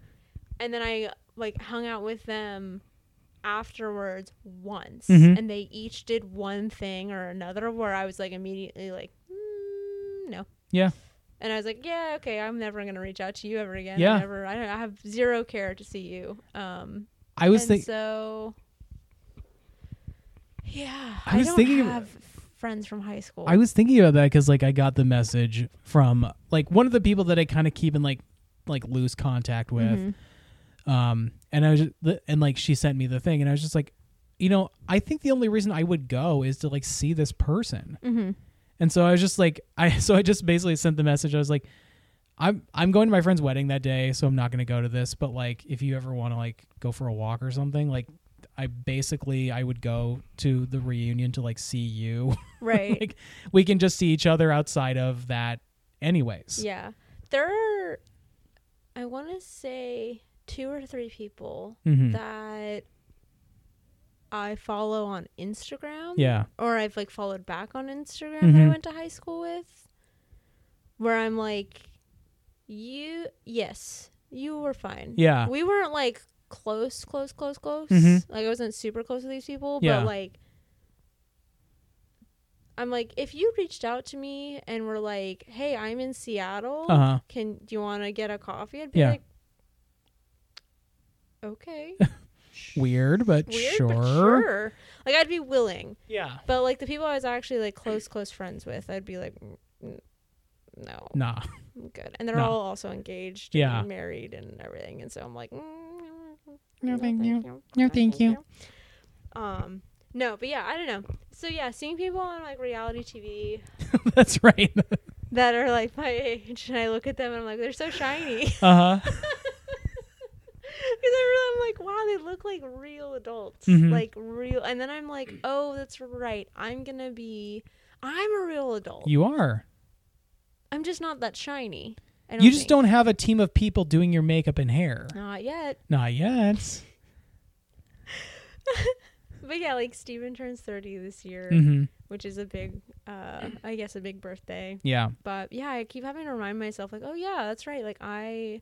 and then I like hung out with them afterwards once, Mhm. and they each did one thing or another where I was like immediately like, mm, no. Yeah. And I was like, yeah, okay, I'm never gonna reach out to you ever again. Yeah. Yeah. Never. I don't. I have zero care to see you. Um. I was and thinking. so. Yeah, I I, was don't thinking of- have friends from high school. I was thinking about that because like I got the message from like one of the people that I kind of keep in like like loose contact with, um, and I was just, and like she sent me the thing, and I was just like, you know, I think the only reason I would go is to like see this person, and so I was just like, [laughs] I so I just basically sent the message. I was like, I'm I'm going to my friend's wedding that day, so I'm not going to go to this, but like if you ever want to like go for a walk or something, like. I basically I would go to the reunion to like see you [laughs] [laughs] right. like we can just see each other outside of that anyways Yeah. There are, I want to say, two or three people Mhm. that I follow on Instagram. yeah Or I've like followed back on Instagram that Mhm. I went to high school with, where I'm like, you, yes, you were fine. Yeah. We weren't like close, close, close, close. Mhm. Like I wasn't super close to these people, Yeah. but like, I'm like, if you reached out to me and were like, "Hey, I'm in Seattle. Uh-huh. Can do you want to get a coffee?" I'd be Yeah. like, [laughs] "Okay, weird but weird, sure but sure." Like I'd be willing, yeah but like the people I was actually like close, close friends with, I'd be like, "Mm, mm, "No, nah [laughs] I'm good." And they're No. all also engaged, Yeah. and married, and everything. And so I'm like, "Mm, no No, thank you. Um, no, but yeah, I don't know. So yeah, seeing people on like reality TV that's right that are like my [laughs] age, and I look at them and I'm like, they're so shiny. [laughs] uh-huh Because I really, I'm like, wow, they look like real adults, Mhm. like real. And then I'm like, oh, that's right. I'm gonna be, I'm a real adult. you are I'm just not that shiny. I you just don't have a team of people doing your makeup and hair don't. Not yet. not yet But yeah, like Steven turns 30 this year, hmm which is a big, uh, I guess, a big birthday. yeah But yeah, I keep having to remind myself, like, oh yeah, that's right. Like I,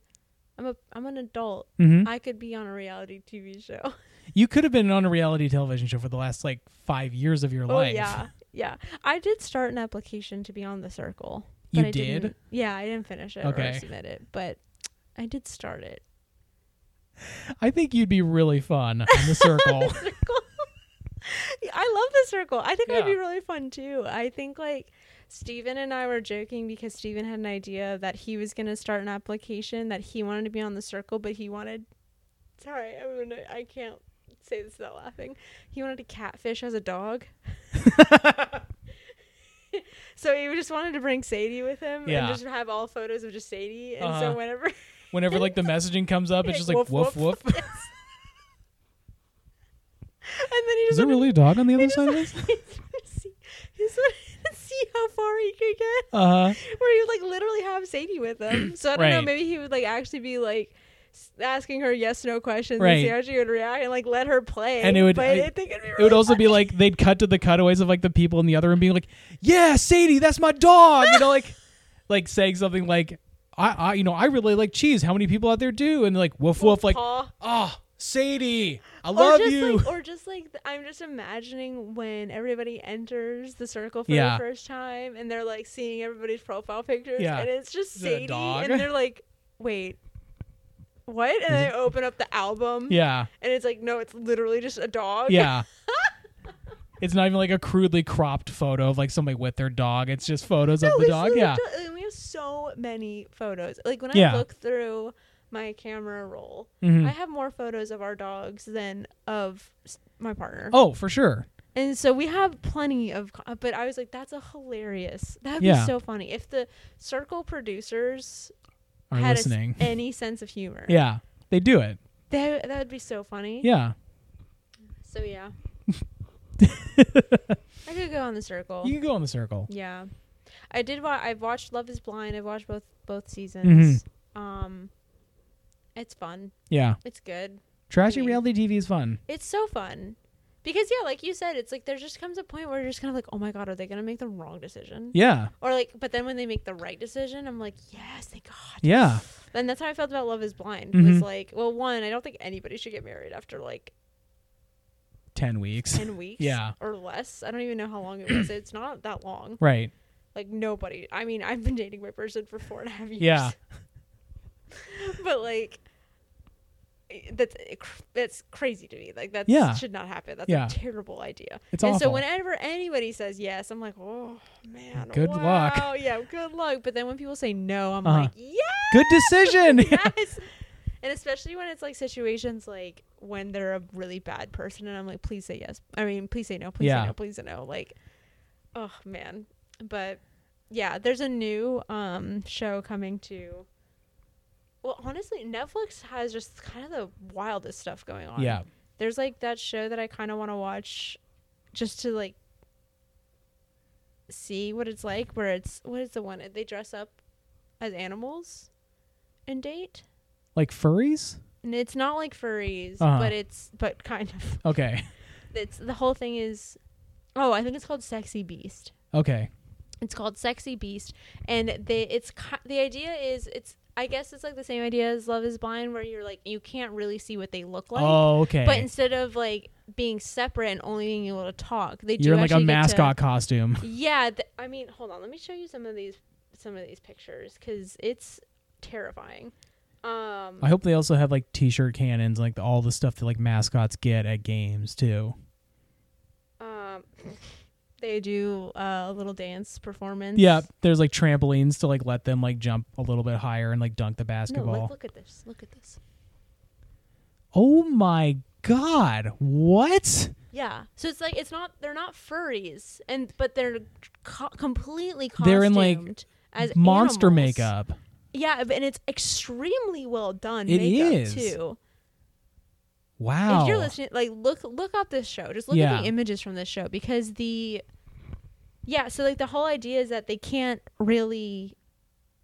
I'm a, I'm an adult. hmm I could be on a reality [laughs] TV show. you could have been on a reality television show for the last like five years of your Oh life yeah, yeah. I did start an application to be on The Circle. but You I did? Didn't, yeah, I didn't finish it Okay. or submit it, but I did start it. i think you'd be really fun on the [laughs] circle Circle. Yeah, I love The Circle. I think I'd be Yeah. really fun too. I think like. Steven and I were joking because Steven had an idea that he was going to start an application that he wanted to be on the circle, but he wanted. Sorry, I'm gonna, I can't say this without laughing. He wanted a catfish as [laughs] a dog. so he just wanted to bring Sadie with him Yeah. and just have all photos of just Sadie. And Uh-huh. so whenever. whenever like the messaging comes up [laughs] it's just like woof woof, Yes. and then he is just there wanted really a dog on the he other just side of [laughs] wanted- this he just wanted to see- he just wanted [laughs] to see how far he could get uh-huh where he would like literally have Sadie [clears throat] with him. So I don't know, Right. maybe he would like actually be like s- asking her yes no questions and see Right. how she would react and like let her play. And it would- but I- I think it'd be It would also be like they'd cut to the cutaways of like the people in the other room being like, "Yeah, Sadie, that's my dog," you know, [laughs] like, like saying something like, "I, I, you know, I really like cheese. How many people out there do?" And like, woof woof, like, Paw. "Ah, Sadie, I Or love just you. [laughs] Like, or just like th- I'm just imagining when everybody enters the circle for Yeah. the first time, and they're like seeing everybody's profile pictures, Yeah. and it's just Is it a Sadie, dog? and they're like, "Wait, what?" And they open up the album, yeah, and it's like, "No, it's literally just a dog." yeah. it's not even like a crudely cropped photo of like somebody with their dog. It's just photos [laughs] No, of the it's dog. literally Yeah, just- and we have so many photos. Like when Yeah. I look through my camera roll, Mhm. I have more photos of our dogs than of s- my partner. Oh, for sure. And so we have plenty of, co- but I was like, that's a hilarious. That would Yeah. be so funny if the circle producers Are had a s- listening? [laughs] any sense of humor. yeah, they do it. that that would be so funny. Yeah, So [laughs] yeah, I could go on the circle. you can go in the circle. yeah, I did. Wa- I've watched Love Is Blind. I've watched both both seasons. Mm-hmm. Um, it's fun. Yeah, It's good. trashy Maybe. reality TV is fun. It's so fun. Because yeah, like you said, it's like there just comes a point where you're just kind of like, oh my god, are they gonna make the wrong decision? Yeah, Or like, but then when they make the right decision, I'm like, yes, thank God. yeah, And that's how I felt about Love Is Blind. Mhm. Was like, well, one, I don't think anybody should get married after like ten weeks. [laughs] ten weeks, Yeah. or less. I don't even know how long it was. It's not that [clears throat] long. Right. Like nobody. I mean, I've been dating my person for four and a half years. Yeah. [laughs] but like. That's that's crazy to me. Like that Yeah. should not happen. That's Yeah. a terrible idea. It's and awful. so whenever anybody says yes, I'm like, oh man, Good luck. wow, Yeah, good luck. But then when people say no, I'm Uh-huh. like, yeah, Good [laughs] [laughs] decision. yes. and especially when it's like situations like when they're a really bad person and I'm like, please say yes. I mean, please say no, please Yeah. say no, please say no. Like, oh man. But yeah, there's a new um show coming to well, honestly, Netflix has just kind of the wildest stuff going on. Yeah. There's like that show that I kind of want to watch just to like see what it's like where it's what is the one they dress up as animals and date? Like furries? And it's not like furries, Uh-huh. but it's but kind of. Okay. It's the whole thing is Oh, I think it's called Sexy Beast. Okay. It's called Sexy Beast and they it's ki- the idea is it's I guess it's like the same idea as Love is Blind where you're like you can't really see what they look like. oh, okay. But instead of like being separate and only being able to talk, they do You're in like a actually get to- mascot costume. yeah, th- I mean, hold on. Let me show you some of these some of these pictures because it's terrifying. Um, I hope they also have like t-shirt cannons, like all the stuff that like mascots get at games too. um, they do uh, a little dance performance. Yeah, there's like trampolines to like let them like jump a little bit higher and like dunk the No, basketball. like, look at this. Look at this. oh my god. What? Yeah. So it's like it's not they're not furries and but they're co- completely costumed They're in, like, as Monster animals. makeup. Yeah, and it's extremely well done It makeup is. too. Wow. If you're listening, like look look up this show. Just look Yeah. at the images from this show because the yeah. So like the whole idea is that they can't really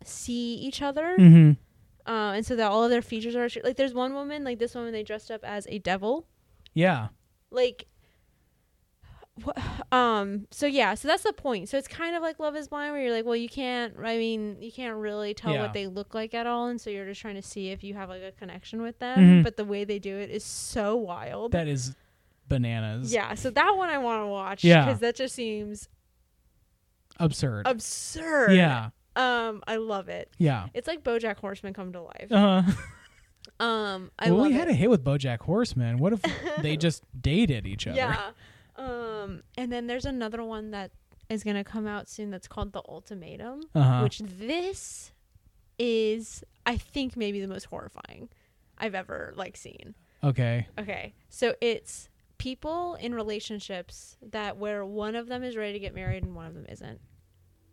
see each other, Mhm. uh, and so that all of their features are like. There's one woman like this woman they dressed up as a devil, Yeah. like. wha- Um. So yeah. So that's the point. So it's kind of like Love Is Blind, where you're like, well, you can't. I mean, you can't really tell Yeah. what they look like at all, and so you're just trying to see if you have like a connection with them. Mhm. But the way they do it is so wild. That is bananas. Yeah, so that one I want to watch Yeah. because that just seems Absurd. absurd. Yeah. Um, I love it. Yeah. It's like BoJack Horseman come to life. Uh-huh. Um, I well, love we had it. a hit with BoJack Horseman. What [laughs] if they just dated each other? yeah. Um, and then there's another one that is gonna come out soon that's called The Ultimatum, Uh-huh. which this is, I think, maybe the most horrifying I've ever like seen. Okay. Okay. So it's people in relationships that where one of them is ready to get married and one of them isn't.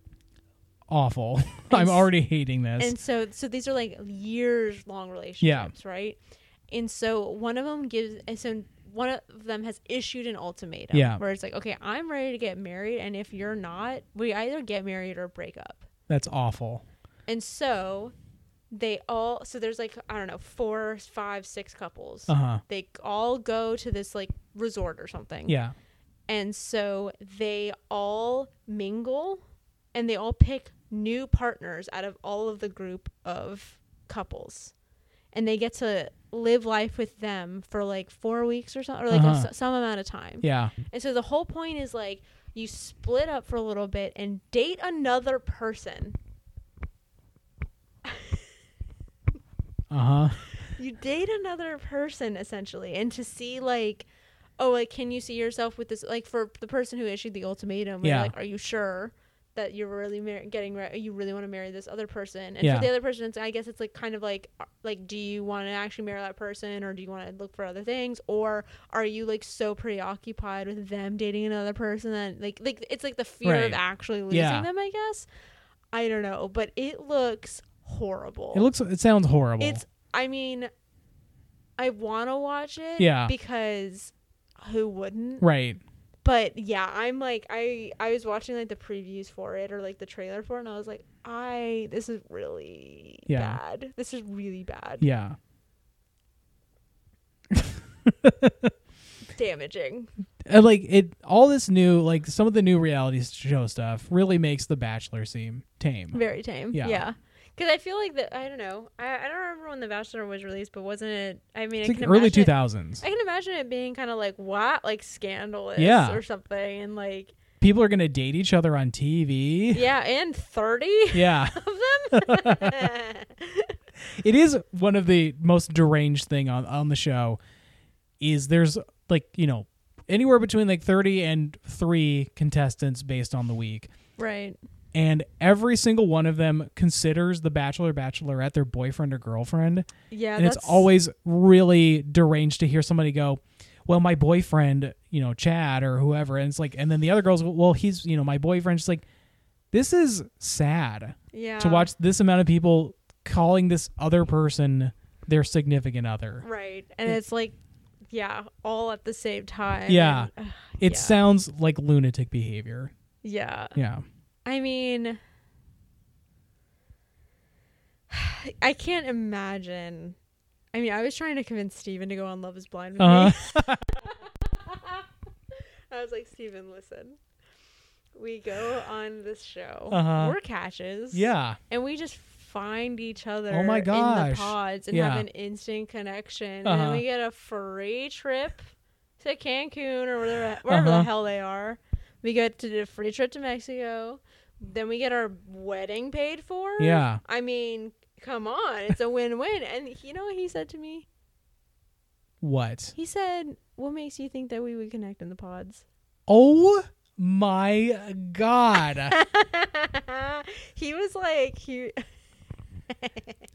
[laughs] Awful. [laughs] I'm s- already hating this. and so so these are like years long relationships right and so one of them gives and so one of them has issued an ultimatum Yeah. where it's like okay i'm ready to get married and if you're not we either get married or break up That's awful. and so they all so there's like i don't know four five six couples Uh-huh. they all go to this like resort or something Yeah. and so they all mingle and they all pick new partners out of all of the group of couples. and they get to live life with them for like four weeks or something, or like Uh-huh. a, some amount of time. Yeah. And so the whole point is like you split up for a little bit and date another person. Uh huh. You date another person essentially, and to see like, oh, like can you see yourself with this? Like for the person who issued the ultimatum, Yeah. yeah. like, are you sure? That you're really mar- getting, re- you really want to marry this other person, and Yeah. for the other person, it's, I guess it's like kind of like, uh, like, do you want to actually marry that person, or do you want to look for other things, or are you like so preoccupied with them dating another person that like, like it's like the fear Right. of actually losing Yeah. them, I guess. I don't know, but it looks horrible. It looks. It sounds horrible. It's. I mean, I want to watch it. Yeah. Because who wouldn't? right. But yeah, I'm like I I was watching like the previews for it or like the trailer for it, and I was like, I this is really Yeah. bad. This is really bad. Yeah. Damaging. And Uh, like it. All this new, like some of the new reality show stuff, really makes The Bachelor seem tame. Very tame. Yeah. Yeah. Because I feel like that I don't know. I, I don't remember when The Bachelor was released, but wasn't it? I mean, It's I like can early imagine two it- thousands. I can imagine it being kind of like what, like scandalous, Yeah. or something, and like People are gonna date each other on TV. yeah, and thirty. [laughs] Yeah. of them. it is one of the most deranged thing on on the show is there's like you know anywhere between like 30 and 3 contestants based on the week [laughs] right. and every single one of them considers the bachelor bachelorette their boyfriend or girlfriend Yeah. and that's it's always really deranged to hear somebody go well my boyfriend you know chad or whoever and it's like and then the other girls well he's you know my boyfriend just like this is sad yeah. to watch this amount of people calling this other person their significant other. Right. And it's like, yeah, all at the same time. Yeah. and- ugh, It yeah. Uh, sounds like lunatic behavior. yeah. Yeah. I mean, [sighs] I can't imagine. I mean, I was trying to convince Steven to go on Love is Blind with Uh-huh. me. [laughs] I was like, Steven, listen. We go on this show. Uh-huh. We're catches. Yeah. and we just find each other Oh my in gosh. the pods and Yeah. have an instant connection and Uh-huh. then we get a free trip to cancun or [gasps] wherever, wherever Uh-huh. the hell they are we get to do a free trip to mexico then we get our wedding paid for Yeah. i mean come on it's a win-win and you know what he said to me What? he said what makes you think that we would connect in the pods [laughs] Oh my [laughs] god. he was like he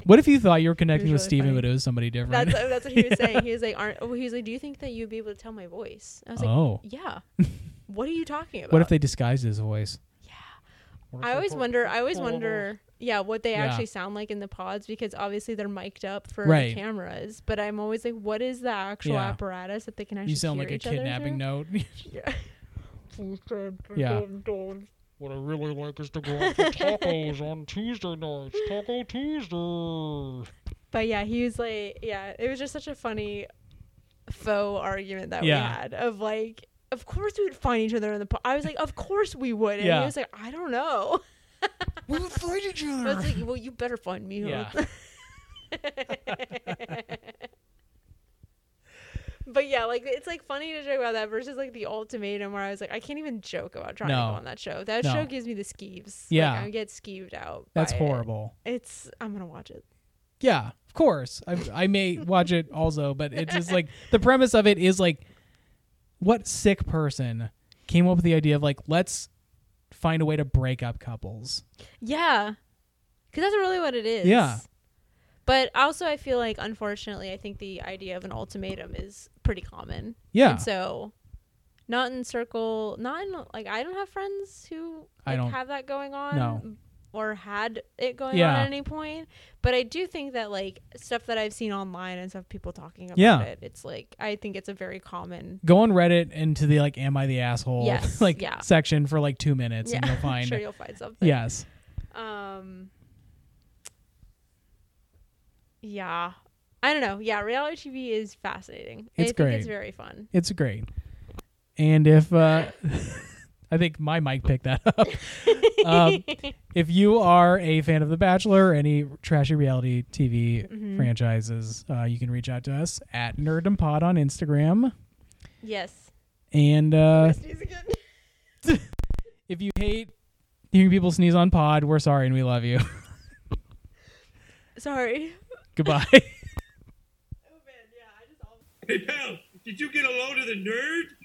what if you thought you were connecting It with was really Steven funny. but it was somebody different? [laughs] That's that's what he was saying. He was like, "Aren't?" oh, He was like, "Do you think that you'd be able to tell my voice?" I was like, uh, oh. "Yeah." [laughs] What are you talking about? What if they disguised his voice? Yeah. I always wonder. I always horrible. wonder. Yeah, what they Yeah. actually sound like in the pods because obviously they're mic'd up for Right. the cameras. But I'm always like, what is the actual Yeah. apparatus that they can actually? You sound hear like a each other kidnapping note. [laughs] through? Yeah. yeah. What I really like is to go out for tacos on Tuesday nights. Taco Tuesday. But yeah, he was like, yeah, it was just such a funny faux argument that Yeah. we had of like, of course we would find each other in the pod. I was like, of course we would. And Yeah. he was like, I don't know. [laughs] We would fight each I was like, well, you better find me. Yeah. [laughs] huh?" [laughs] but yeah, like it's like funny to joke about that versus like the ultimatum where I was like, I can't even joke about trying to No. go on that show. That No. show gives me the skeeves. Yeah. like, I get skeeved out. That's by it. horrible. It's I'm gonna watch it. Yeah, of course. I, I may watch it also, but it's just like the premise of it is like, what sick person came up with the idea of like, let's find a way to break up couples? Yeah, because that's really what it is. Yeah. But also, I feel like unfortunately, I think the idea of an ultimatum is pretty common. Yeah. And so, not in circle, not in like I don't have friends who I like, don't- have that going on. No. Or had it going on Yeah. at any point, but I do think that like stuff that I've seen online and stuff people talking about Yeah. it, it's like I think it's a very common. Go on Reddit into the like, am I the asshole? [laughs] Yes, like yeah. section for like two minutes, and you'll [laughs] I'm find. sure you'll find something. yes. Um. Yeah, I don't know. Yeah, reality TV is fascinating. I It's think great. It's very fun. It's great. And if uh [laughs] I think my mic picked that up. um, if you are a fan of The Bachelor or any trashy reality TV franchises, uh, you can reach out to us at NerdomPod on Instagram. Yes. And uh, Sneeze again. [laughs] if you hate hearing people sneeze on pod, we're sorry and we love you. [laughs] Sorry. Goodbye. Hey, pal, did you get a load of the nerd?